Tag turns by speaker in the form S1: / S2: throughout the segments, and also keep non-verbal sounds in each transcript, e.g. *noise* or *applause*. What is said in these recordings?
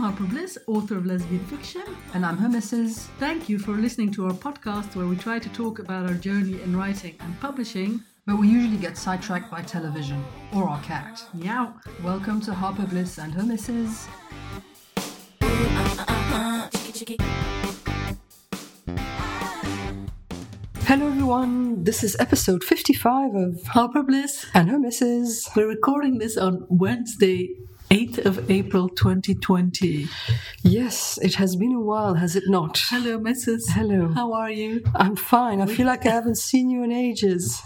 S1: Harper Bliss, author of lesbian fiction, and I'm her missus. Thank you for listening to our podcast where we try to talk about our journey in writing and publishing.
S2: But we usually get sidetracked by television or our cat.
S1: Meow.
S2: Welcome to Harper Bliss and her missus. Hello everyone, this is episode 55 of
S1: Harper Bliss.
S2: And Her Misses.
S1: We're recording this on Wednesday, 8th of April 2020.
S2: Yes, it has been a while, has it not?
S1: Hello, Mrs.
S2: Hello.
S1: How are you? *laughs*
S2: I'm fine. I feel like I haven't seen you in ages.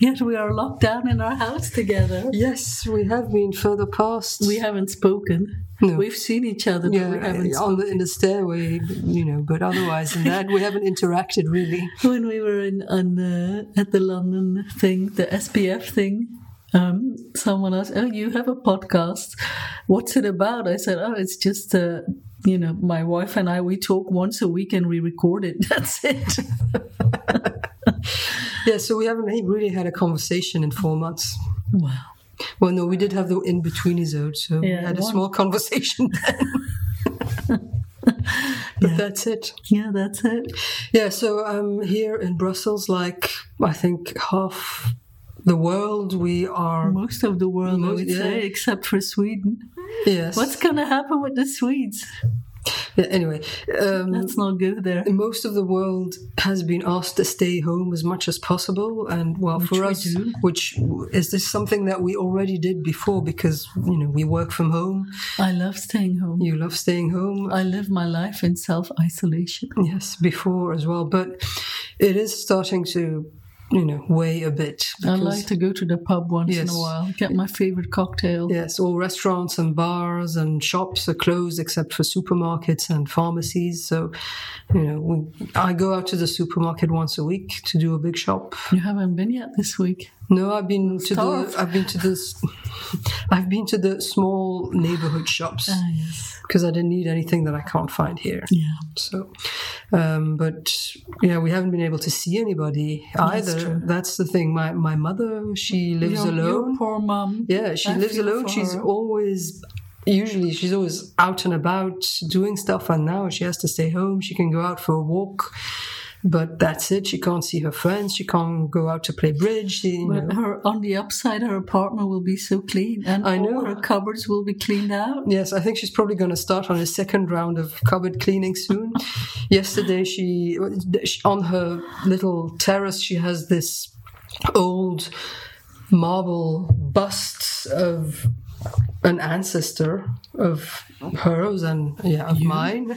S1: Yet we are locked down in our house together.
S2: Yes, we have been further past.
S1: We haven't spoken.
S2: No.
S1: We've seen each other, but
S2: yeah,
S1: we haven't
S2: on the, in the stairway, you know, but otherwise than that, we haven't interacted
S1: *laughs*
S2: really.
S1: when we were in on uh, at the London thing, the SPF thing, um, someone asked, "Oh, you have a podcast? What's it about?" I said, "Oh, it's just uh, you know, my wife and I we talk once a week and we record it. *laughs* That's it."
S2: Yeah, so we haven't really had a conversation in four months.
S1: wow.
S2: Well, no, we did have the in between episode, so
S1: Yeah,
S2: we had a
S1: one.
S2: small conversation *laughs* then.
S1: *laughs*
S2: but
S1: Yeah.
S2: that's it.
S1: Yeah, that's it.
S2: Yeah, so um, here in Brussels, like I think half the world, we are.
S1: Most of the world, I
S2: Most-
S1: would
S2: yeah.
S1: say, except for Sweden.
S2: Yes.
S1: What's going to happen with the Swedes?
S2: yeah, anyway, um,
S1: Let's not go there.
S2: most of the world has been asked to stay home as much as possible, and well,
S1: Which
S2: for
S1: we
S2: us,
S1: do.
S2: which is this something that we already did before because you know we work from home.
S1: I love staying home.
S2: You love staying home.
S1: I live my life in self isolation.
S2: Yes, before as well, but it is starting to, you know, weigh a bit.
S1: I
S2: because-
S1: like to go to the pub once in
S2: Yes.
S1: a while, get my favorite cocktail.
S2: Yes, all restaurants and bars and shops are closed except for supermarkets and pharmacies. So, you know, we- I go out to the supermarket once a week to do a big shop.
S1: You haven't been yet this week.
S2: No, I've been to
S1: tough.
S2: the I've been to this *laughs* I've been to the small neighborhood shops
S1: Uh. yes.
S2: because I didn't need anything that I can't find here.
S1: Yeah.
S2: So, um, but yeah, we haven't been able to see anybody either.
S1: true.
S2: That's the thing. My my mother, she lives
S1: Your- your
S2: alone.
S1: poor mum.
S2: Yeah, she
S1: I
S2: lives
S1: feel
S2: alone.
S1: for
S2: She's
S1: her.
S2: always usually she's always out and about doing stuff and now she has to stay home. She can go out for a walk. But that's it. She can't see her friends. She can't go out to play bridge. She, you know.
S1: But her on the upside, her apartment will be so clean, and
S2: I know.
S1: all her cupboards will be cleaned out.
S2: Yes, I think she's probably going to start on a second round of cupboard cleaning soon. Yesterday, she on her little terrace, she has this old marble bust of an ancestor of hers and yeah of mine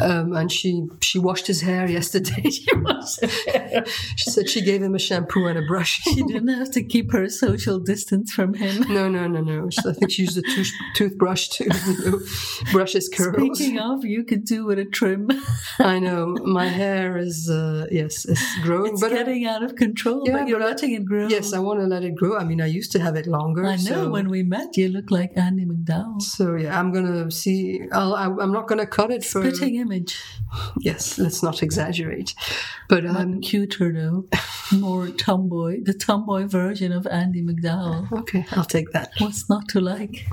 S2: um, and she she washed his hair yesterday *laughs* she, washed his hair. she said she gave him a shampoo and a brush *laughs*
S1: She didn't have to keep her social distance from him.
S2: no no no no i think she used a tooth, toothbrush to *laughs* you know, brush his curls
S1: Speaking of, you could do with a trim. *laughs*
S2: I know my hair is uh, yes, it's growing,
S1: It's
S2: but I-
S1: getting out of control,
S2: Yeah,
S1: but you're
S2: but I-
S1: letting it grow.
S2: yes, I want to let it grow. I mean, I used to have it longer.
S1: I know.
S2: So,
S1: When we met, you looked like Andy McDowell.
S2: so yeah, I'm gonna see. I'll, I, I'm not gonna cut it for.
S1: Spitting image.
S2: Yes, let's not exaggerate. But
S1: I'm
S2: um,
S1: cuter
S2: *laughs*
S1: though, more tomboy, the tomboy version of Andy McDowell.
S2: okay, I'll take that.
S1: What's not to like?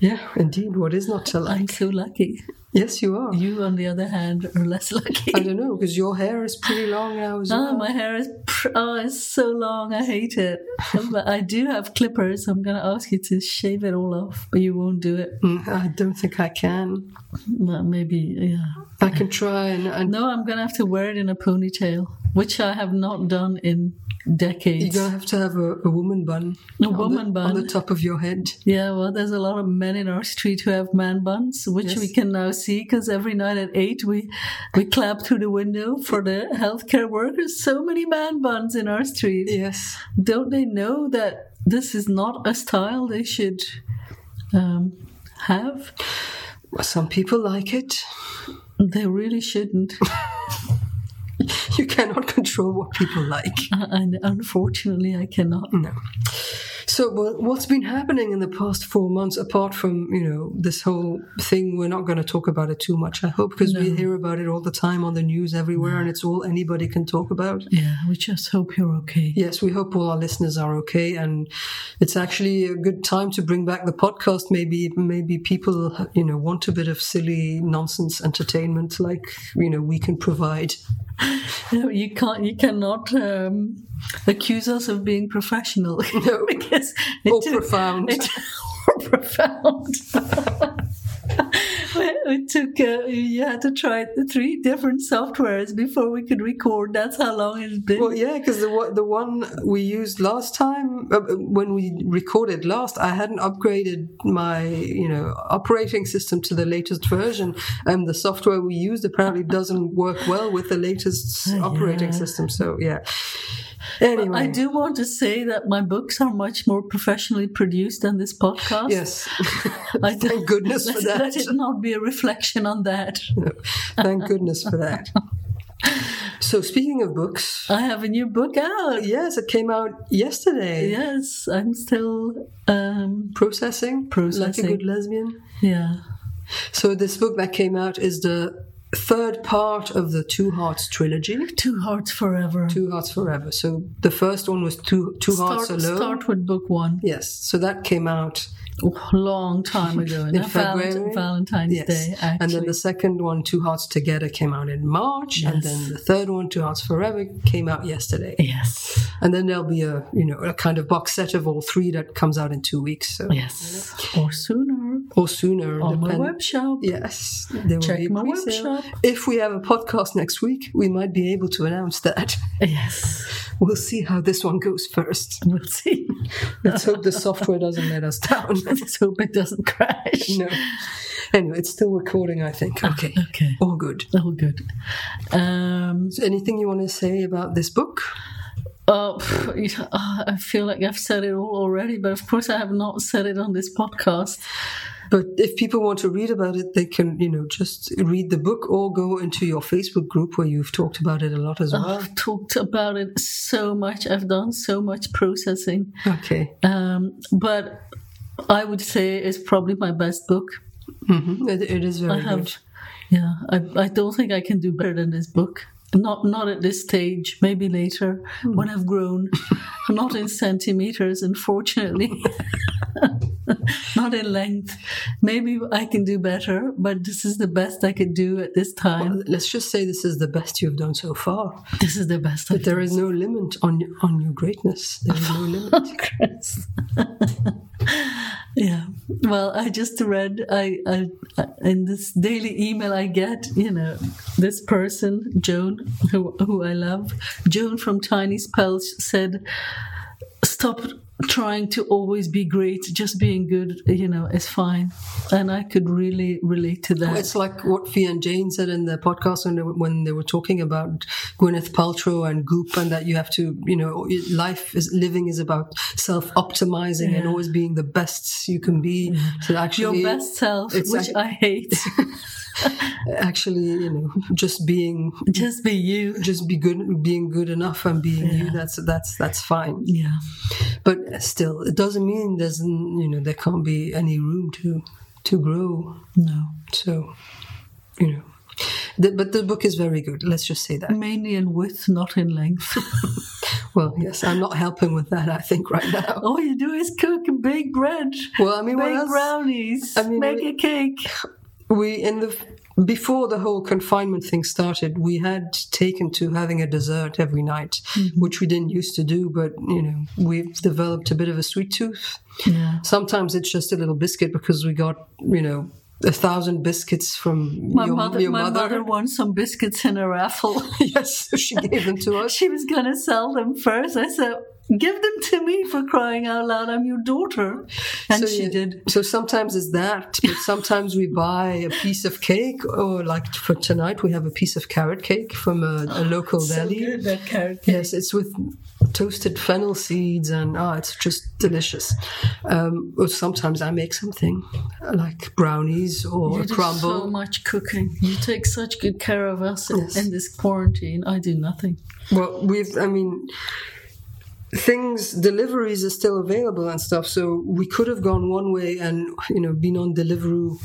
S2: Yeah, indeed. What is not to like?
S1: I'm so lucky.
S2: Yes, you are.
S1: You, on the other hand, are less *laughs* lucky.
S2: I don't know because your hair is pretty long now as
S1: Oh,
S2: well.
S1: my hair is pr- oh, it's so long. I hate it. Um, but I do have clippers. I'm going to ask you to shave it all off, but you won't do it.
S2: Mm, I don't think I can.
S1: Well, maybe, yeah.
S2: I can try and,
S1: *laughs*
S2: and
S1: No, I'm going to have to wear it in a ponytail, which I have not done in
S2: you're
S1: decades.
S2: gonna have to have a, a woman bun.
S1: A
S2: on the-
S1: woman bun.
S2: on the top of your head.
S1: Yeah, well, there's a lot of men in our street who have man buns, which
S2: Yes.
S1: we can now see because every night at eight we we clap through the window for the healthcare workers. So many man buns in our street.
S2: Yes.
S1: Don't they know that this is not a style they should um, have?
S2: Well, some people like it.
S1: They really shouldn't.
S2: *laughs* you cannot control what people like.
S1: Uh, and unfortunately, I cannot.
S2: No. So, well, what's been happening in the past four months, apart from you know this whole thing? We're not going to talk about it too much, I hope, because we hear about it all the time on the news everywhere, and it's all anybody can talk about.
S1: Yeah, we just hope you're okay.
S2: Yes, we hope all our listeners are okay, and it's actually a good time to bring back the podcast. Maybe, maybe people you know want a bit of silly nonsense entertainment, like you know we can provide. *laughs*
S1: No, you can't. You cannot um, accuse us of being professional. *laughs*
S2: No.
S1: because
S2: Or
S1: it-
S2: profound.
S1: It, *laughs* or profound. *laughs* It took uh, you had to try the three different softwares before we could record. That's how long it's been.
S2: Well, yeah, because the one- the one we used last time uh, when we recorded last, I hadn't upgraded my you know operating system to the latest version, and the software we used apparently doesn't work well with the latest operating system. So yeah. Anyway,
S1: Oh, I do want to say that my books are much more professionally produced than this podcast.
S2: yes.
S1: *laughs* I do-
S2: *laughs* Thank goodness for
S1: *laughs* let,
S2: that. *laughs*
S1: let it not be a reflection on that.
S2: Thank goodness for that. So speaking of books,
S1: I have a new book out.
S2: yes, it came out yesterday.
S1: Yes, I'm still. Um,
S2: Processing, like a
S1: Processing.
S2: good lesbian.
S1: yeah.
S2: So this book that came out is the third part of the Two Hearts trilogy.
S1: Two Hearts Forever.
S2: Two Hearts Forever. So the first one was Two Two
S1: start,
S2: Hearts Alone.
S1: start with book one.
S2: Yes. So that came out.
S1: Oh, long time ago.
S2: In
S1: now, Valent-
S2: February?
S1: Valentine's
S2: Yes.
S1: Day, actually.
S2: And then the second one, Two Hearts Together, came out in March. And
S1: Yes.
S2: then the third one, Two Hearts Forever, came out yesterday.
S1: Yes.
S2: And then there'll be a you know a kind of box set of all three that comes out in two weeks. So
S1: Yes. Or sooner.
S2: or sooner.
S1: On my
S2: depend-
S1: web shop.
S2: Yes, there will
S1: Check
S2: be
S1: my web
S2: pre-sale.
S1: shop.
S2: If we have a podcast next week, we might be able to announce that.
S1: Yes.
S2: We'll see how this one goes first.
S1: We'll see.
S2: *laughs*
S1: *laughs*
S2: Let's hope the software doesn't let us down.
S1: Let's hope it doesn't crash.
S2: *laughs* no. Anyway, it's still recording, I think. Okay.
S1: Okay.
S2: All good.
S1: Oh, good. Um,
S2: So anything you want to say about this book?
S1: uh, pff, *laughs* you know, uh, I feel like I've said it all already, but of course I have not said it on this podcast.
S2: But if people want to read about it, they can, you know, just read the book or go into your Facebook group where you've talked about it a lot as well.
S1: I've talked about it so much. I've done so much processing.
S2: okay.
S1: Um, but I would say it's probably my best book.
S2: hmm It, it is very
S1: I have,
S2: good.
S1: yeah. I, I don't think I can do better than this book. Not not at this stage. Maybe later when I've grown, *laughs* not in centimeters, unfortunately. *laughs* not in length. Maybe I can do better, but this is the best I could do at this time.
S2: Let's just say this is the best you've done so far.
S1: this is the best. I
S2: But there is no limit on on your greatness. There *laughs* is no limit.
S1: Chris. *laughs* yeah. Well, I just read I, I in this daily email I get, you know, this person Joan, who who I love, Joan from Tiny Spells said, "Stop trying to always be great. Just being good, you know, is fine." And I could really relate to that.
S2: It's like what Fia and Jane said in their podcast when they, were- when they were talking about Gwyneth Paltrow and Goop, and that you have to, you know, life is living is about self optimizing and
S1: Yeah.
S2: always being the best you can be. So
S1: your
S2: actually,
S1: best self,
S2: it's
S1: which
S2: ac-
S1: I hate. *laughs*
S2: actually, you know, just being,
S1: just be you.
S2: just be good, being good enough, and being you. That's that's that's fine.
S1: Yeah.
S2: But still, it doesn't mean there's, n- you know, there can't be any room to to grow.
S1: No.
S2: So, you know. The, but the book is very good. Let's just say that.
S1: Mainly in width, not in length. *laughs*
S2: Well, yes, I'm not helping with that. I think right now.
S1: All you do is cook and bake bread,
S2: Well, I mean, what
S1: bake
S2: else?
S1: brownies,
S2: I mean,
S1: make
S2: we-
S1: a cake.
S2: We in the before the whole confinement thing started, we had taken to having a dessert every night,
S1: Mm-hmm.
S2: which we didn't used to do. But you know, we've developed a bit of a sweet tooth.
S1: Yeah.
S2: Sometimes it's just a little biscuit because we got you know a thousand biscuits from
S1: My
S2: your,
S1: mother,
S2: your
S1: my mother. won some biscuits in a raffle.
S2: *laughs*
S1: *laughs*
S2: yes, so she gave them to us.
S1: she was going to sell them first. I said, "Give them to me for crying out loud! I'm your daughter," and
S2: So,
S1: she
S2: yeah.
S1: did.
S2: So sometimes it's that, but sometimes we buy a piece of cake, or like for tonight, we have a piece of carrot cake from a,
S1: *gasps*
S2: a local deli.
S1: that carrot
S2: Yes, it's with toasted fennel seeds, and ah, it's just delicious. Um, or sometimes I make something like brownies or
S1: You
S2: a
S1: do
S2: crumble.
S1: so much cooking. You take such good care of us in-
S2: Yes.
S1: in this quarantine. I do nothing.
S2: Well, we've, I mean, things deliveries are still available and stuff. So we could have gone one way and you know been on Deliveroo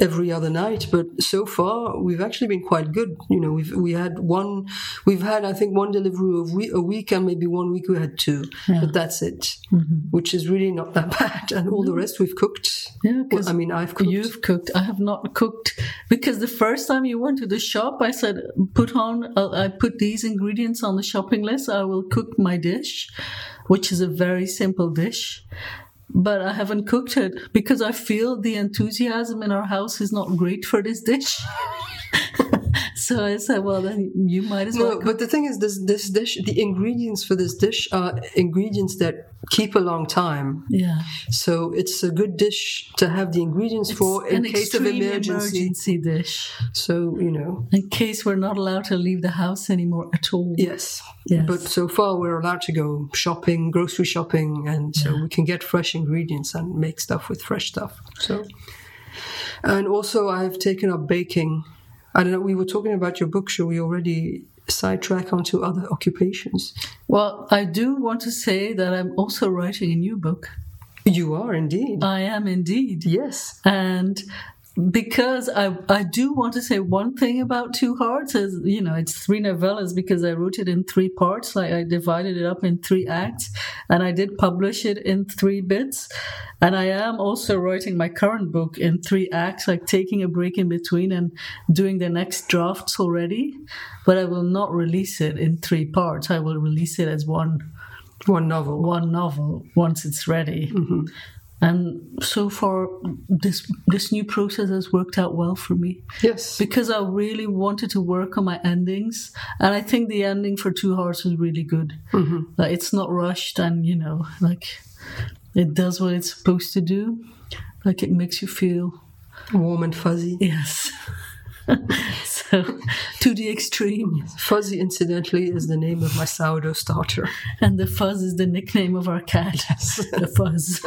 S2: every other night but so far we've actually been quite good you know we've we had one we've had i think one delivery a week, a week and maybe one week we had two
S1: Yeah. Mm-hmm.
S2: but that's it which is really not that *laughs* bad and all the rest we've cooked
S1: Yeah, 'cause
S2: Well, i mean i've cooked
S1: You've cooked. I have not cooked because the first time you went to the shop, I said, "Put on. Uh, I put these ingredients on the shopping list. I will cook my dish, which is a very simple dish." But I haven't cooked it because I feel the enthusiasm in our house is not great for this dish. *laughs* so I said, "Well, then you might as well."
S2: No, but the thing is, this this dish, the ingredients for this dish are ingredients that keep a long time.
S1: yeah,
S2: So it's a good dish to have the ingredients for in
S1: an
S2: case of
S1: extreme
S2: emergency.
S1: emergency dish.
S2: So you know,
S1: In case we're not allowed to leave the house anymore at all.
S2: yes.
S1: Yes.
S2: But so far, we're allowed to go shopping, grocery shopping, and so we can get fresh ingredients and make stuff with fresh stuff. So, and also, I've taken up baking. I don't know. We were talking about your book. Should we already sidetrack onto other occupations?
S1: Well, I do want to say that I'm also writing a new book.
S2: You are indeed.
S1: I am indeed.
S2: yes.
S1: And because I, I do want to say one thing about Two Hearts is, you know, it's three novellas because I wrote it in three parts. Like I divided it up in three acts and I did publish it in three bits. And I am also writing my current book in three acts, like taking a break in between and doing the next drafts already. But I will not release it in three parts. I will release it as one
S2: One novel.
S1: one novel once it's ready. And so far, this this new process has worked out well for me
S2: Yes.
S1: because I really wanted to work on my endings, and I think the ending for Two Hearts was really good. Like it's not rushed, and you know, like it does what it's supposed to do. Like it makes you feel
S2: Warm and fuzzy.
S1: yes. *laughs* so to the extreme,
S2: Fuzzy, incidentally, is the name of my sourdough starter.
S1: and the fuzz is the nickname of our cat. *laughs* the fuzz.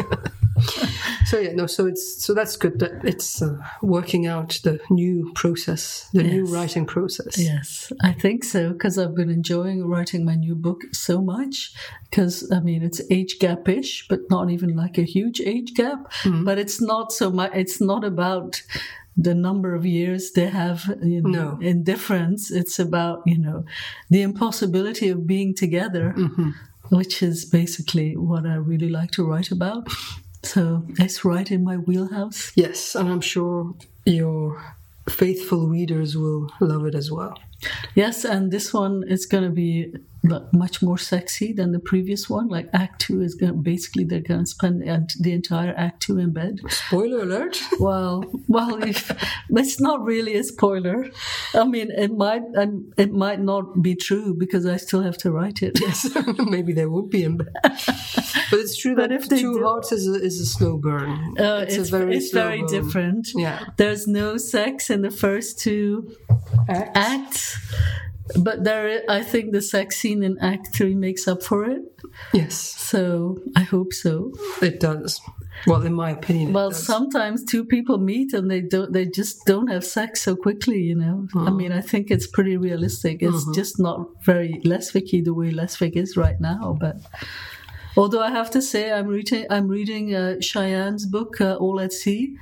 S2: So yeah, no. So it's so that's good. That it's uh, working out the new process, the new
S1: Yes.
S2: writing process.
S1: Yes, I think so because I've been enjoying writing my new book so much. Because I mean, it's age gap ish, but not even like a huge age gap. But it's not so much. It's not about the number of years they have you know,
S2: No.
S1: in difference. It's about you know the impossibility of being together, which is basically what I really like to write about. So it's right in my wheelhouse.
S2: Yes, and I'm sure your faithful readers will love it as well.
S1: Yes, and this one is going to be like, much more sexy than the previous one. Like Act Two is going to, basically they're going to spend the ent- the entire Act Two in bed.
S2: Spoiler alert. *laughs*
S1: Well, *laughs* well, if, it's not really a spoiler. I mean, it might um, it might not be true because I still have to write it. *laughs*
S2: *laughs* Maybe there would be, in- but it's true
S1: But
S2: that
S1: if they
S2: Two
S1: do-
S2: Hearts is a, is a slow burn.
S1: Uh, it's it's very,
S2: slow burn.
S1: different.
S2: Yeah.
S1: There's no sex in the first two
S2: Act.
S1: acts, but there I think the sex scene in Act Three makes up for it.
S2: Yes,
S1: So I hope so.
S2: it does. Well, in my opinion, it
S1: Well,
S2: does.
S1: sometimes two people meet and they don't. They just don't have sex so quickly, you know.
S2: Oh.
S1: I mean, I think it's pretty realistic. It's
S2: Uh-huh.
S1: just not very Lesvik the way Lesvik is right now. But although I have to say, I'm reading. I'm reading uh, Cheyenne's book, uh, All at Sea,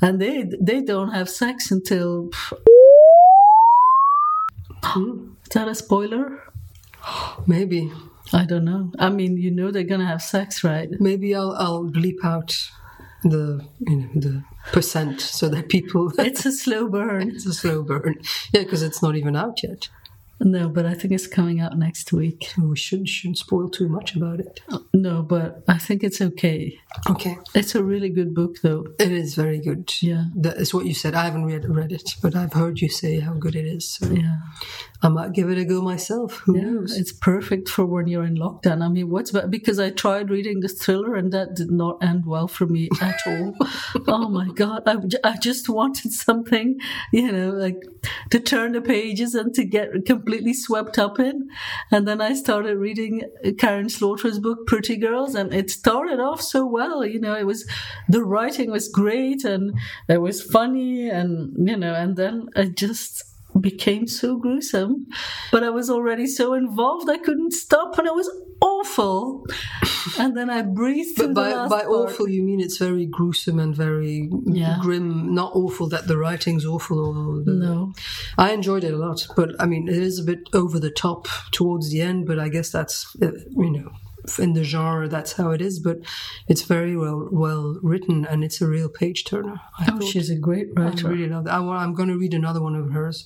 S1: and they they don't have sex until.
S2: Hmm.
S1: Is that a spoiler?
S2: maybe
S1: I don't know. I mean, you know they're gonna have sex,
S2: *laughs*
S1: right?
S2: maybe I'll I'll bleep out the you know the percent so that people *laughs*
S1: It's a slow burn.
S2: it's a slow burn. Yeah, because it's not even out yet.
S1: No, but I think it's coming out next week.
S2: We should shouldn't spoil too much about it.
S1: No, but I think it's okay.
S2: Okay,
S1: It's a really good book, though.
S2: it is very good.
S1: Yeah.
S2: that is what you said. I haven't read read it, but I've heard you say how good it is. So
S1: Yeah,
S2: I might give it a go myself. Who knows?
S1: it's perfect for when you're in lockdown. I mean, what's bad? Because I tried reading the thriller and that did not end well for me at all. oh my god, I, j- I just wanted something, you know, like to turn the pages and to get completely swept up in. And then I started reading Karen Slaughter's book, Pretty Girls, and it started off so well. You know, it was the writing was great and it was funny, and you know, and then I just became so gruesome, but I was already so involved I couldn't stop, and it was awful. And then I breathed through
S2: But by,
S1: the last
S2: by
S1: part.
S2: awful, you mean it's very gruesome and very
S1: Yeah.
S2: grim. Not awful that the writing's awful. Or the,
S1: No,
S2: I enjoyed it a lot, but I mean, it is a bit over the top towards the end. But I guess that's uh, you know, in the genre, that's how it is. But it's very well well written, and it's a real page turner. I
S1: oh,
S2: thought.
S1: she's a great
S2: I
S1: writer.
S2: really love that. I, wa- I'm going to read another one of hers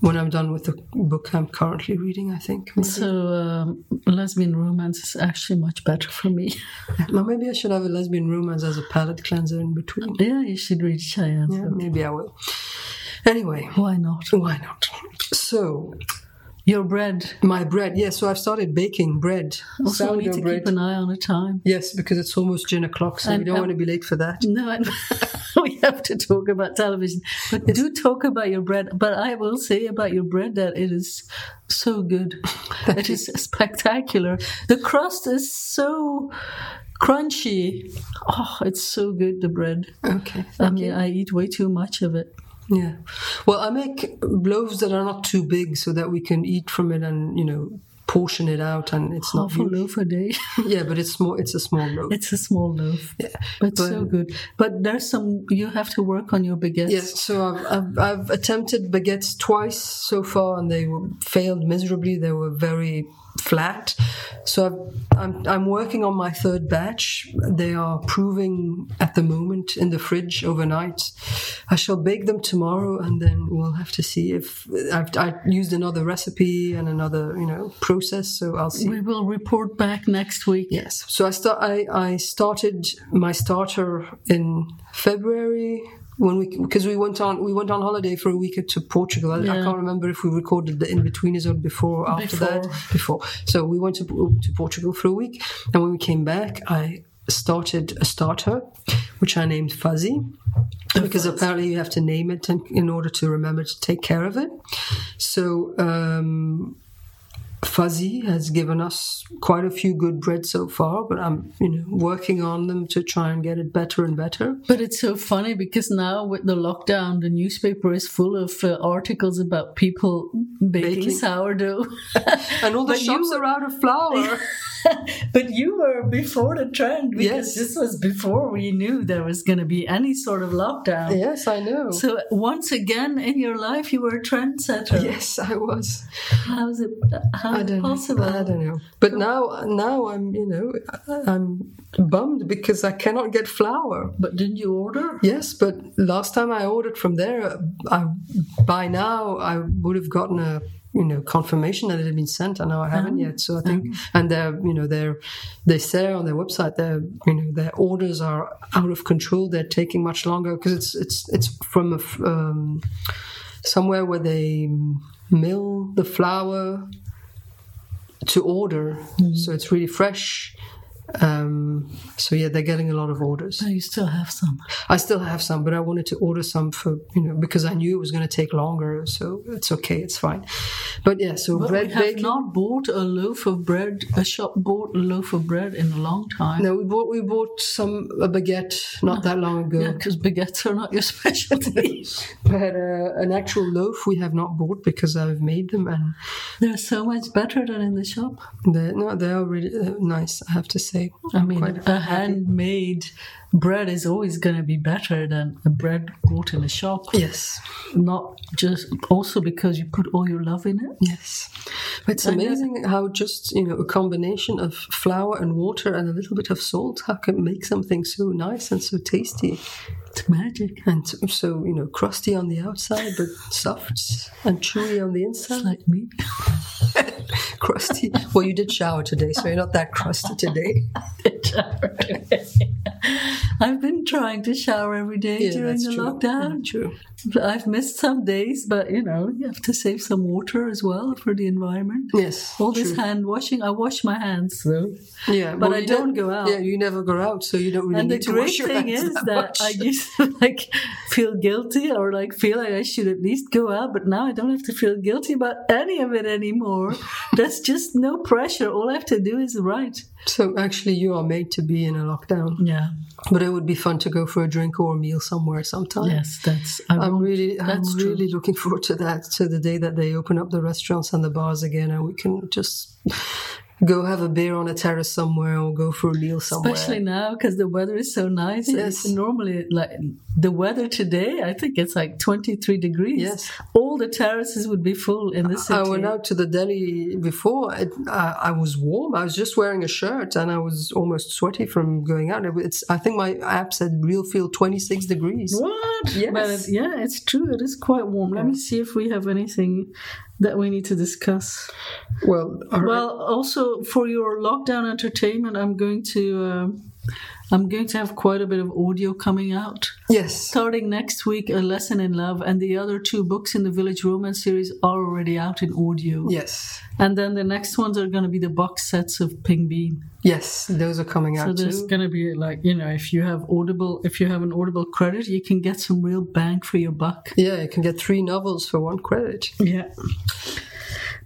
S2: when I'm done with the book I'm currently reading. I think. Maybe.
S1: So um, lesbian romance is actually much better for me. *laughs*
S2: Or maybe I should have a lesbian romance as a palate cleanser in between.
S1: yeah, you should read Cheyenne.
S2: Yeah, maybe I will. Anyway,
S1: Why not?
S2: why not? So
S1: Your bread.
S2: my bread, yeah. So I've started baking bread,
S1: Also, we need to keep an eye on the time.
S2: Yes, because it's almost gin o'clock, so
S1: And-
S2: we don't
S1: and-
S2: want to be late for that.
S1: No, and *laughs* we have to talk about television. But do talk about your bread. But I will say about your bread that it is so good. it is spectacular. The crust is so crunchy. Oh, it's so good, the bread.
S2: Okay.
S1: I mean, I eat way too much of it.
S2: Yeah. Well, I make loaves that are not too big, so that we can eat from it and you know portion it out, and it's not.
S1: Half a loaf a day. *laughs*
S2: Yeah, but it's small. It's a small loaf.
S1: it's a small loaf.
S2: Yeah.
S1: But,
S2: But-
S1: so good. But there's some, you have to work on your baguettes.
S2: Yes, so I've, I've, I've attempted baguettes twice so far, and they were, failed miserably. They were very flat. So I've, I'm I'm working on my third batch. They are proving at the moment in the fridge overnight. I shall bake them tomorrow, and then we'll have to see if I've I used another recipe and another you know process. So I'll see.
S1: We will report back next week.
S2: Yes. So I start. I, I started my starter in February when we because we went on we went on holiday for a week to Portugal. I, I
S1: Yeah.
S2: can't remember if we recorded the in betweeners or before or after that. Before. So we went to, to Portugal for a week, and when we came back, I started a starter, which I named Fuzzy. Because apparently you have to name it in, in order to remember to take care of it. So um, Fuzzy has given us quite a few good breads so far, but I'm you know working on them to try and get it better and better.
S1: But it's so funny because now with the lockdown, the newspaper is full of uh, articles about people baking,
S2: Baking.
S1: sourdough.
S2: And all the
S1: But you
S2: shops are out of *laughs* flour.
S1: *laughs* but you were before the trend because
S2: Yes.
S1: this was before we knew there was going to be any sort of lockdown.
S2: yes, I know.
S1: So once again in your life, you were a trendsetter.
S2: yes, I was.
S1: How's it? How
S2: I
S1: is
S2: don't
S1: it possible?
S2: know. I don't know. But now, now I'm you know I'm bummed because I cannot get flour.
S1: But didn't you order?
S2: Yes, but last time I ordered from there, I by now I would have gotten a you know confirmation that it had been sent. I know I haven't yet, so I think and they're you know they're they say on their website their you know their orders are out of control. They're taking much longer because it's it's it's from a f um, somewhere where they mill the flour to order, so it's really fresh. Um, so yeah, they're getting a lot of orders.
S1: So you still have some.
S2: I still have some, but I wanted to order some for you know because I knew it was going to take longer. So it's okay, it's fine. But yeah, so
S1: But
S2: bread
S1: we have
S2: baking.
S1: not bought a loaf of bread. A shop bought a loaf of bread in a long time.
S2: no, we bought we bought some a baguette not that long ago,
S1: Yeah, because baguettes are not your *laughs* specialty.
S2: but uh, an actual loaf we have not bought because I've made them and
S1: They're so much better than in the shop.
S2: they no they are really uh, nice. I have to say.
S1: I mean,
S2: quite
S1: a handmade bread is always going to be better than a bread bought in a shop.
S2: Yes,
S1: Not just also because you put all your love in it.
S2: yes. But it's
S1: uh,
S2: amazing how just you know a combination of flour and water and a little bit of salt how can make something so nice and so tasty.
S1: It's magic.
S2: And so- so, you know, crusty on the outside, but soft and chewy on the
S1: It's
S2: inside.
S1: like me.
S2: *laughs*
S1: *laughs*
S2: crusty. Well, you did shower today, so you're not that crusty *laughs* today.
S1: I've been trying to shower every day
S2: Yeah,
S1: during
S2: that's
S1: the
S2: true. Mm.
S1: lockdown.
S2: Yeah, true.
S1: I've missed some days, but you know, you have to save some water as well for the environment.
S2: Yes.
S1: All this
S2: true.
S1: hand washing, I wash my hands though.
S2: Yeah,
S1: but
S2: well,
S1: I
S2: you
S1: don't go out.
S2: Yeah, you never go out, so you don't really
S1: And the
S2: need to
S1: great
S2: wash your
S1: thing
S2: hands
S1: is *laughs*
S2: that,
S1: that,
S2: much.
S1: I used to *laughs* like feel guilty or like feel like I should at least go out, but now I don't have to feel guilty about any *laughs* of it anymore. There's just no pressure. All I have to do is write.
S2: *laughs* so actually, you are made to be in a lockdown.
S1: Yeah.
S2: But it would be fun to go for a drink or a meal somewhere sometime.
S1: Yes, that's. I
S2: I'm
S1: won't-
S2: really,
S1: Oh, That's
S2: I'm
S1: true.
S2: really looking *laughs* forward to that. To the day that they open up the restaurants and the bars again, and we can just go have a beer on a terrace somewhere or go for a meal somewhere.
S1: Especially now because the weather is so nice. It's
S2: Yes.
S1: normally like the weather today, I think it's like 23 degrees.
S2: Yes.
S1: All the terraces would be full in the city.
S2: I went out to the deli before. It, I, I was warm. I was just wearing a shirt, and I was almost sweaty from going out. It- It's. I think my app said real feel 26 degrees.
S1: What?
S2: Yes.
S1: But it- yeah, it's true. It is quite warm. Let me see if we have anything that we need to discuss.
S2: Well, uh, all right.
S1: Well, also for your lockdown entertainment, I'm going to. Um, I'm going to have quite a bit of audio coming out.
S2: yes.
S1: Starting next week, A Lesson in Love and the other two books in the Village Romance series are already out in audio.
S2: Yes.
S1: And then the next ones are going to be the box sets of Ping Bean.
S2: Yes. Those are coming
S1: So
S2: out
S1: there's
S2: too.
S1: going to be like, you know, if you have Audible, if you have an Audible credit, you can get some real bang for your buck.
S2: Yeah, you can get three novels for one credit.
S1: Yeah.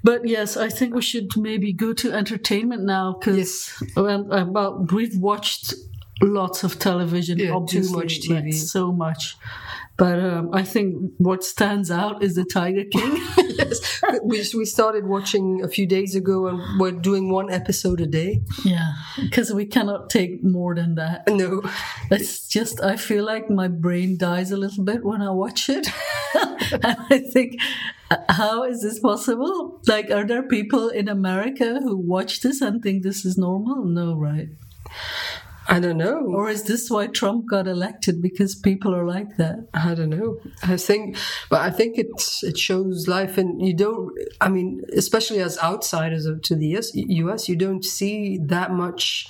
S1: But yes, I think we should maybe go to entertainment now because
S2: Yes.
S1: well, about we've watched lots of television.
S2: Yeah, too
S1: obviously,
S2: much TV.
S1: like, so much. But um, I think what stands out is the Tiger King.
S2: *laughs* yes. We, we started watching a few days ago, and we're doing one episode a day.
S1: *laughs* yeah, because we cannot take more than that.
S2: No.
S1: It's just I feel like my brain dies a little bit when I watch it, *laughs* and I think, uh, how is this possible? Like, are there people in America who watch this and think this is normal? No, right?
S2: I don't know.
S1: Or is this why Trump got elected because people are like that?
S2: I don't know. I think, but I think it's it shows life, and you don't. I mean, especially as outsiders of, to the US, US, you don't see that much.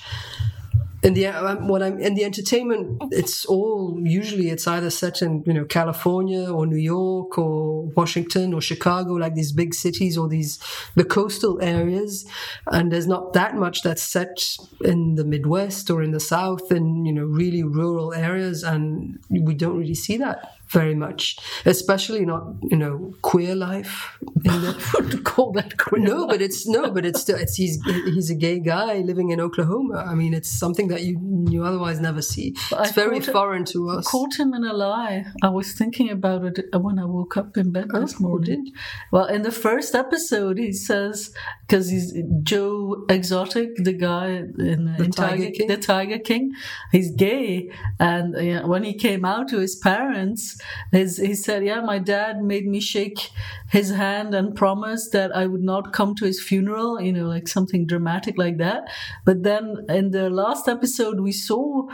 S2: In the um, when I'm in the entertainment, it's all usually it's either set in you know California or New York or Washington or Chicago, like these big cities or these the coastal areas, and there's not that much that's set in the Midwest or in the South and you know really rural areas, and we don't really see that very much, especially not you know queer life. *laughs* in the-
S1: to call that queer?
S2: no, but it's no, but it's still it's he's he's a gay guy living in Oklahoma. I mean, it's something that you you otherwise never see.
S1: I
S2: It's very
S1: thought it-
S2: foreign to us.
S1: Caught him in a lie. I was thinking about it when I woke up in bed this
S2: you
S1: morning. Well, in the first episode, he says because he's Joe Exotic, the guy in, in
S2: Tiger
S1: Tiger,
S2: King?
S1: the Tiger King. He's gay, and you know, when he came out to his parents, his, he said, "Yeah, my dad made me shake his hand and promised that I would not come to his funeral." You know, like something dramatic like that. But then in the last episode, we saw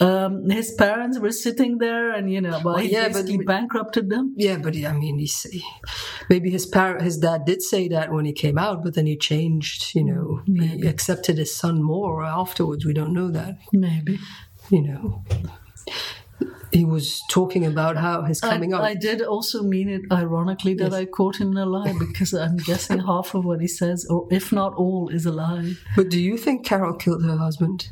S1: um, his parents were sitting there, and you know, well, he
S2: yeah, but-
S1: basically bankrupted them.
S2: Yeah, but he- I mean, he's, he- maybe his parent, his dad did say that when he came out, but then he changed. You know, he accepted his son more afterwards. We don't know that.
S1: Maybe.
S2: You know, he was talking about how his coming
S1: I,
S2: out.
S1: I did also mean it ironically that I caught him in a lie because I'm guessing half of what he says, or if not all, is a lie.
S2: but do you think Carol killed her husband?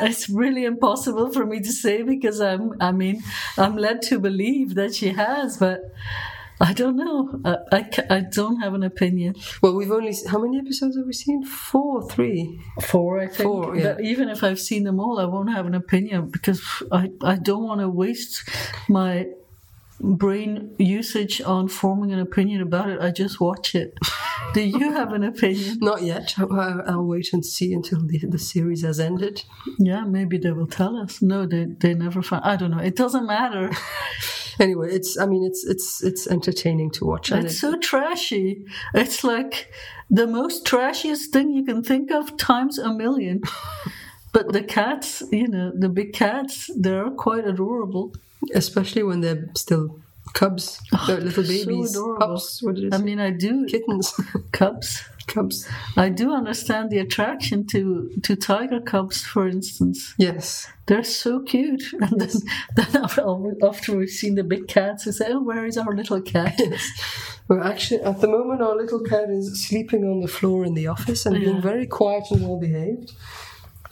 S1: It's really impossible for me to say because I'm, I mean, I'm led to believe that she has, but I don't know. I, I, ca- I don't have an opinion.
S2: Well, we've only how many episodes have we seen? Four, three.
S1: Four, I think.
S2: Four, yeah.
S1: But even if I've seen them all, I won't have an opinion because I, I don't want to waste my brain usage on forming an opinion about it. I just watch it. *laughs* Do you have an *laughs* opinion?
S2: Not yet. I- I'll wait and see until the, the series has ended.
S1: Yeah, maybe they will tell us. No, they, they never find. I don't know. It doesn't matter.
S2: Anyway, it's I mean it's it's it's entertaining to watch. And
S1: It's
S2: it,
S1: so trashy. It's like the most trashiest thing you can think of times a million. but the cats, you know, the big cats, they're quite adorable.
S2: especially when they're still cubs, they're little babies,
S1: Oh, adorable.
S2: pups. What did it
S1: I
S2: say?
S1: mean, I do
S2: Kittens, *laughs*
S1: cubs.
S2: cubs.
S1: I do understand the attraction to to tiger cubs, for instance.
S2: Yes.
S1: They're so cute. *laughs* And then, then after, after we've seen the big cats, we say, "Oh, where is our little cat?" Oh,
S2: Well, actually, at the moment, our little cat is sleeping on the floor in the office and
S1: Yeah.
S2: being very quiet and well behaved.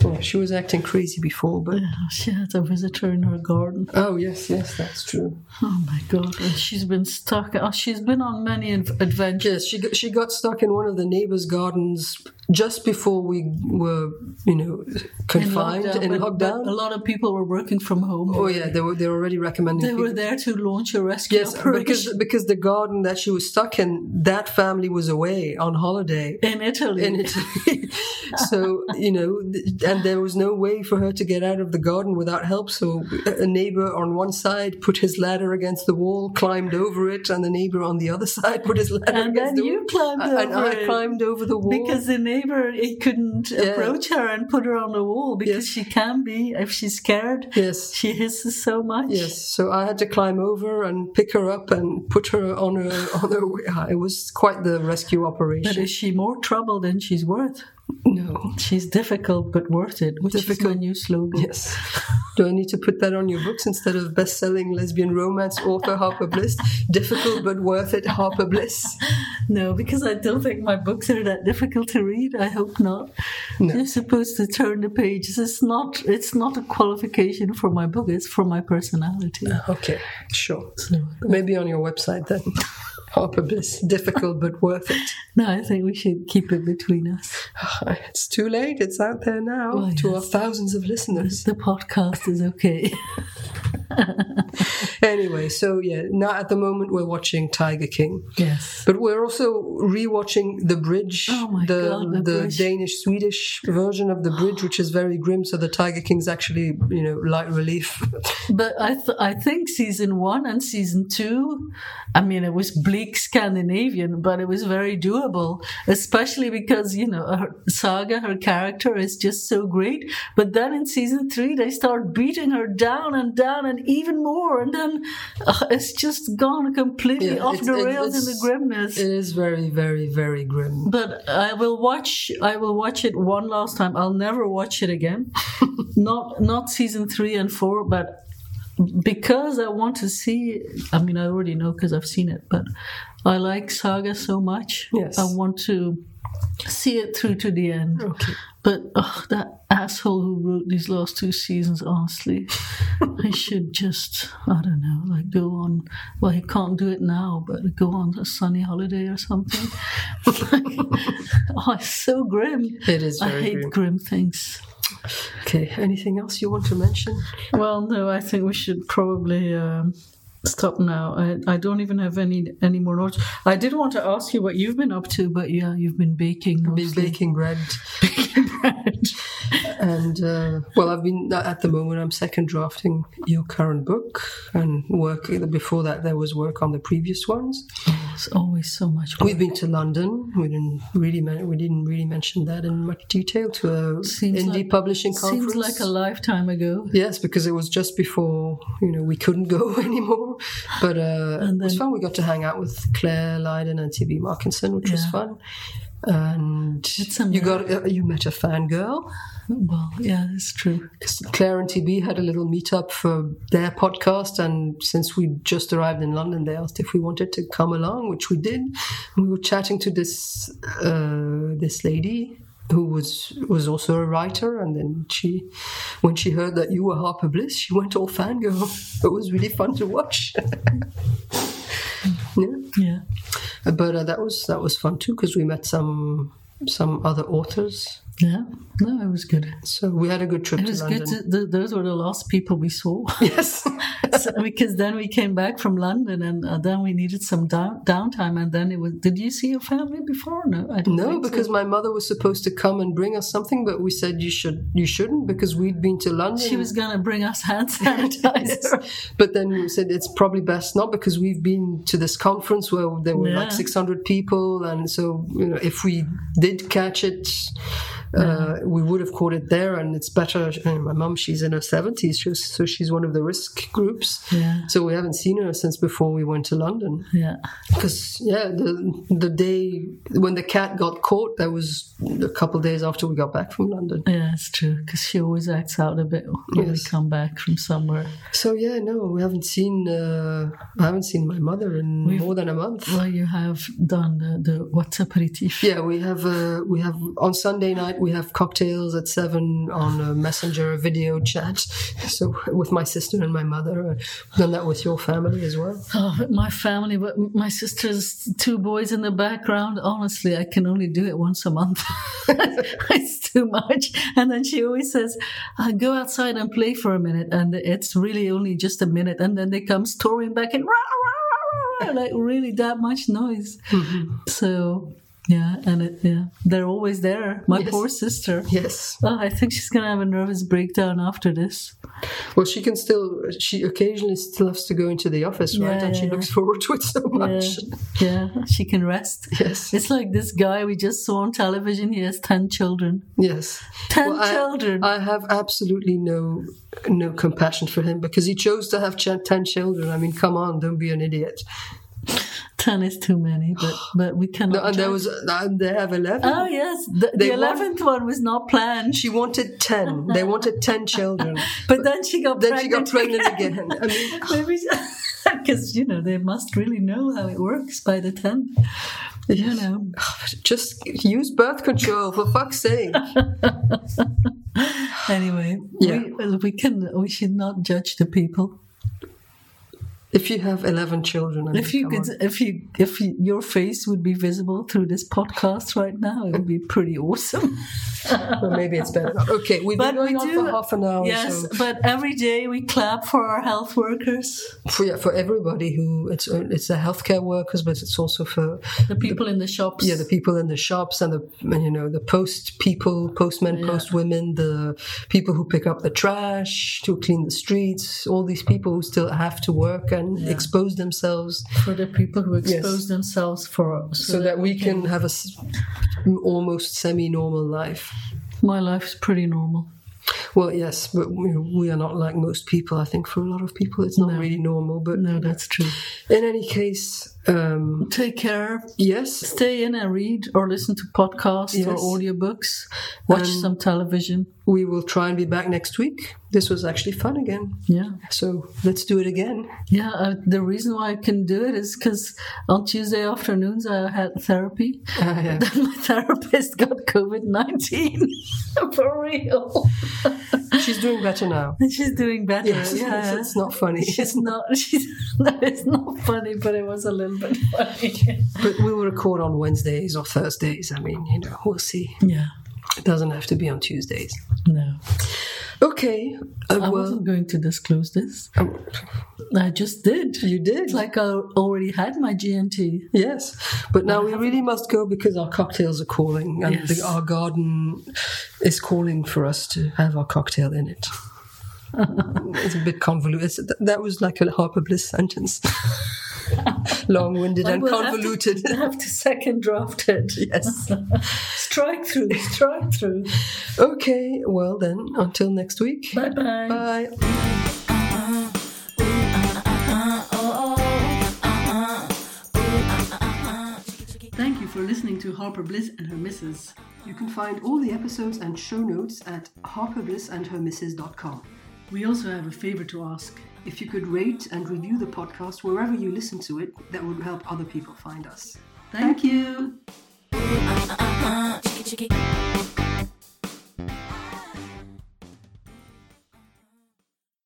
S2: Yeah, she was acting crazy before, but
S1: she had a visitor in her garden.
S2: oh yes, yes, that's true.
S1: Oh my god! And she's been stuck. Oh, she's been on many adv- adventures.
S2: Yes, she got, she got stuck in one of the neighbors' gardens just before we were, you know, confined
S1: lockdown,
S2: in
S1: but-
S2: lockdown.
S1: but A lot of people were working from home.
S2: oh yeah, they were they were already recommending.
S1: They
S2: people-
S1: were there to launch a rescue
S2: yes,
S1: operation
S2: because because the garden that she was stuck in, that family was away on holiday.
S1: in Italy.
S2: in Italy. *laughs* so, you know, th- and there was no way for her to get out of the garden without help. So, a a neighbor on one side put his ladder against the wall, climbed over it, and the neighbor on the other *laughs* side put his ladder
S1: and
S2: against
S1: then
S2: the
S1: you
S2: wall.
S1: climbed
S2: A- and
S1: over
S2: I
S1: it.
S2: climbed over the wall.
S1: because the neighbor he couldn't approach her and put her on the wall because she can be if she's scared
S2: yes.
S1: she hisses so much
S2: Yes, so I had to climb over and pick her up and put her on her *laughs* on her way. It was quite the rescue
S1: but
S2: operation.
S1: is she more trouble than she's worth
S2: No,
S1: she's difficult but worth it which is my
S2: Difficult.
S1: new slogan
S2: Yes. Do I need to put that on your books instead of best selling lesbian romance author Harper Bliss? Difficult but worth it, Harper Bliss.
S1: no because i don't think my books are that difficult to read i hope not
S2: No.
S1: you're supposed to turn the pages it's not it's not a qualification for my book it's for my personality
S2: Okay, sure.
S1: So-
S2: Maybe on your website then. Harper Bliss. Difficult but worth it. *sighs*
S1: no i think we should keep it between us
S2: It's too late. It's out there now
S1: Oh,
S2: to
S1: yes.
S2: our thousands of listeners.
S1: the podcast is okay
S2: Anyway, so yeah, now at the moment we're watching Tiger King.
S1: yes
S2: But we're also rewatching The Bridge,
S1: Oh my
S2: the,
S1: God, The Bridge.
S2: Danish Swedish version of The Bridge, which is very grim. So the Tiger King's actually, you know, light relief.
S1: But I, th- I think season one and season two, I mean, it was bleak Scandinavian, but it was very doable, especially because, you know, her saga, her character is just so great. But then in season three, they start beating her down and down and even more. And then uh, it's just gone completely
S2: Yeah,
S1: off
S2: it's-
S1: the
S2: it's-
S1: rails in the
S2: it's-
S1: grimness.
S2: It is very, very, very grim.
S1: but I will watch. I will watch it one last time. I'll never watch it again. not not season three and four, but because I want to see. I mean, I already know because I've seen it, but I like Saga so much.
S2: Yes.
S1: I want to see it through to the end.
S2: Okay.
S1: But oh, that asshole who wrote these last two seasons, honestly, *laughs* I should just, I don't know, like go on. Well, he can't do it now, but go on a sunny holiday or something. *laughs* oh, it's so grim.
S2: It is
S1: I
S2: very
S1: hate
S2: grim.
S1: grim things.
S2: Okay. Anything else you want to mention?
S1: Well, no, I think we should probably um, stop now. I, I don't even have any any more notes. I did want to ask you what you've been up to, but yeah, you've been baking.
S2: Been
S1: mostly.
S2: baking bread, and uh, well, I've been at the moment. I'm second drafting your current book, and work before that there was work on the previous ones.
S1: It's always so much.
S2: We've been to London. We didn't really men- we didn't really mention that in much detail to a
S1: Seems
S2: indie
S1: like-
S2: publishing conference.
S1: Seems like a lifetime ago.
S2: yes, because it was just before you know we couldn't *laughs* go anymore. But uh,
S1: And
S2: it was
S1: then-
S2: fun. We got to hang out with Claire Lydon and TB Markinson, which was
S1: Yeah.
S2: fun. And
S1: a
S2: you got uh, you met a fangirl
S1: Well, yeah, it's true.
S2: because Claire and TB E had a little meetup for their podcast, and since we just arrived in London, they asked if we wanted to come along, which we did. We were chatting to this uh, this lady who was was also a writer, and then she, when she heard that you were Harper Bliss, she went all fangirl. *laughs* It was really fun to watch. *laughs* yeah
S1: Yeah.
S2: but uh, that was that was fun too because we met some some other authors
S1: Yeah. No, it was good.
S2: so we had a good trip
S1: It
S2: to
S1: was
S2: london
S1: good. To, th- those were the last people we saw.
S2: *laughs*
S1: *laughs*
S2: yes
S1: So- because then we came back from London and uh, then we needed some down, downtime. And then it was, did you see your family before? No, I don't
S2: no
S1: think so.
S2: because my mother was supposed to come and bring us something but we said you should you shouldn't because we'd been to london
S1: she
S2: *laughs*
S1: was going to bring us hand sanitizer.
S2: but then we said it's probably best not because we've been to this conference where there were like
S1: Yeah.
S2: 600 people and so you know, if we did catch it uh, we would have caught it there and it's better and my mum she's in her 70s she was- so she's one of the risk groups
S1: Yeah.
S2: so we haven't seen her since before we went to london
S1: yeah.
S2: because yeah the, the day when the cat got caught that was a couple of days after we got back from london
S1: Yeah, it's true. Because she always acts out a bit when
S2: Yes.
S1: we come back from somewhere.
S2: so yeah no we haven't seen uh, i haven't seen my mother in
S1: We've-
S2: more than a month
S1: Well, you have done the, the what's aperitif.
S2: Yeah, we have uh, we have on Sunday night we have cocktails at seven on a messenger video chat. *laughs* So with my sister and my mother, I've done that with your family as well.
S1: Oh, but my family, but my sister's two boys in the background. Honestly, I can only do it once a month. *laughs* it's too much. And then she always says, uh, "Go outside and play for a minute," and it's really only just a minute. And then they come storming back and rah, rah, rah, rah, like really that much noise. So yeah, and it, yeah, they're always there. My
S2: Yes.
S1: poor sister.
S2: Yes.
S1: Oh, I think she's gonna have a nervous breakdown after this.
S2: Well, she can still. She occasionally still has to go into the office, right?
S1: Yeah,
S2: and she
S1: yeah,
S2: looks forward to it so
S1: Yeah,
S2: much. *laughs*
S1: yeah, she can rest.
S2: Yes.
S1: It's like this guy we just saw on television. He has ten children.
S2: Yes.
S1: Ten
S2: Well, I-
S1: children.
S2: I have absolutely no no compassion for him because he chose to have ch- ten children. I mean, come on, don't be an idiot.
S1: ten is too many, but but we cannot.
S2: *sighs* No, and there
S1: judge.
S2: was uh, they have eleven.
S1: Oh yes, the,
S2: They
S1: the
S2: want-
S1: eleventh one was not planned,
S2: She wanted ten. They wanted
S1: *laughs*
S2: ten children.
S1: but then she got
S2: Then she
S1: pregnant.
S2: got pregnant again. I
S1: *laughs*
S2: mean,
S1: Maybe because you know they must really know how it works by the tenth. You know,
S2: oh, just use birth control for fuck's sake.
S1: anyway,
S2: Yeah.
S1: we, we can we should not judge the people.
S2: If you have eleven children, I mean,
S1: If you
S2: come
S1: could,
S2: on.
S1: if you, if you, your face would be visible through this podcast right now, it would be pretty awesome.
S2: Well, maybe
S1: *laughs*
S2: it's better. not. Okay, we've
S1: But
S2: been going
S1: we
S2: on
S1: do-
S2: for half an hour.
S1: yes,
S2: so
S1: but every day we clap for our health workers,
S2: for, yeah, for everybody who it's uh, it's the healthcare workers, but it's also for
S1: the people in the shops.
S2: yeah the people in the shops and the and, you know the post people postmen post women the people who pick up the trash to clean the streets all these people who still have to work and expose themselves
S1: for the people who expose themselves for
S2: so that we can have a s- almost semi-normal life
S1: My life's pretty normal.
S2: well yes but you know, we are not like most people i think for a lot of people it's not really normal but
S1: No, that's true.
S2: in any case um,
S1: Take care.
S2: yes
S1: Stay in and read or listen to podcasts or
S2: Yes.
S1: audiobooks. Watch
S2: Um,
S1: some television.
S2: we will try and be back next week this was actually fun again
S1: Yeah.
S2: so let's do it again *laughs*
S1: Yeah, uh, the reason why I can do it is because on Tuesday afternoons I had therapy. *laughs*
S2: Ah, yeah.
S1: Then my therapist got COVID 19. *laughs* For real.
S2: She's doing better now.
S1: And she's doing better.
S2: Yes,
S1: yeah.
S2: it's, it's not
S1: *laughs*
S2: funny.
S1: She's not, she's, no, it's not funny, but it was a little bit funny.
S2: But we will record on Wednesdays or Thursdays. I mean, you know, we'll see.
S1: yeah,
S2: It doesn't have to be on Tuesdays.
S1: no.
S2: Okay.
S1: I
S2: Uh, well,
S1: wasn't going to disclose this.
S2: um,
S1: I just did.
S2: you did.
S1: It's like I already had my GMT.
S2: Yes. But now we really must go because our cocktails are calling and
S1: Yes.
S2: the, our garden is calling for us to have our cocktail in
S1: *laughs*
S2: it. it's a bit convoluted. It's- th- That was like a Harper Bliss sentence. *laughs* Long winded and
S1: We'll have to-
S2: convoluted. *laughs*
S1: I have to second draft *laughs* it.
S2: yes.
S1: Strike through, strike through.
S2: Okay. Well, then, until next week.
S1: Bye bye.
S2: Bye.
S1: Thank you for listening to Harper Bliss and her missus.
S2: You can find all the episodes and show notes at harperblissandhermisses.com.
S1: We also have a favor to ask.
S2: If you could rate and review the podcast wherever you listen to it, that would help other people find us.
S1: Thank you.
S3: chicky chicky